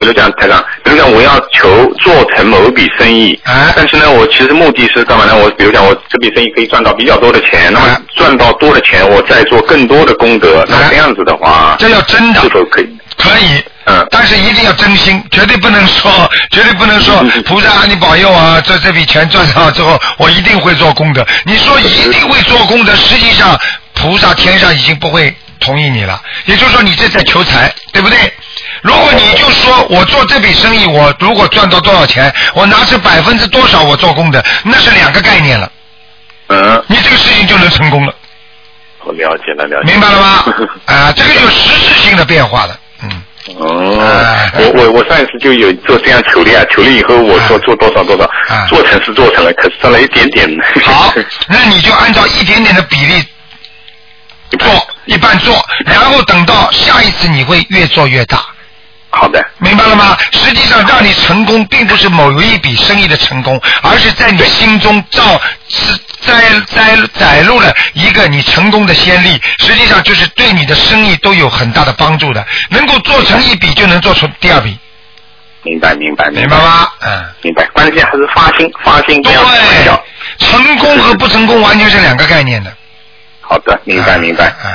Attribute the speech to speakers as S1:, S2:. S1: 比如讲，台长，比如讲我要求做成某笔生意，
S2: 哎
S1: 但是呢，我其实目的是干嘛呢？我比如讲，我这笔生意可以赚到比较多的钱，那
S2: 哎
S1: 么赚到多的钱，我再做更多的功德，那
S2: 哎
S1: 么这样子的话，
S2: 这要真的
S1: 是，否可以？
S2: 可以。
S1: 嗯
S2: 但是一定要真心，绝对不能说，绝对不能说
S1: 嗯嗯嗯
S2: 菩萨你保佑啊！这这笔钱赚到之后，我一定会做功德。你说一定会做功德，实际上菩萨天上已经不会同意你了。也就是说，你这在求财，对不对？如果你就说我做这笔生意，我如果赚到多少钱，我拿出百分之多少我做功德，那是两个概念了，
S1: 嗯，
S2: 你这个事情就能成功了，
S1: 我了解了，了解。
S2: 明白了吗？啊，这个有实质性的变化的，嗯。
S1: 哦
S2: 哎，
S1: 我我我上一次就有做这样求的呀，求了以后我说
S2: 哎
S1: 做多少多少
S2: 哎，
S1: 做成是做成了，可是赚了一点点。
S2: 好，那你就按照一点点的比例
S1: 哎
S2: 做，一半做，然后等到下一次你会越做越大，
S1: 好的，
S2: 明白了吗？实际上让你成功，并不是某一笔生意的成功，而是在你心中造是摘摘载入了一个你成功的先例，实际上就是对你的生意都有很大的帮助的，能够做成一笔就能做出第二笔，
S1: 明白明白
S2: 明白吗？嗯。
S1: 明白，关键还是发心，发心不
S2: 对
S1: 要开玩笑。，
S2: 成功和不成功完全是两个概念的。
S1: 好的，明白
S2: 嗯
S1: 明白
S2: 嗯。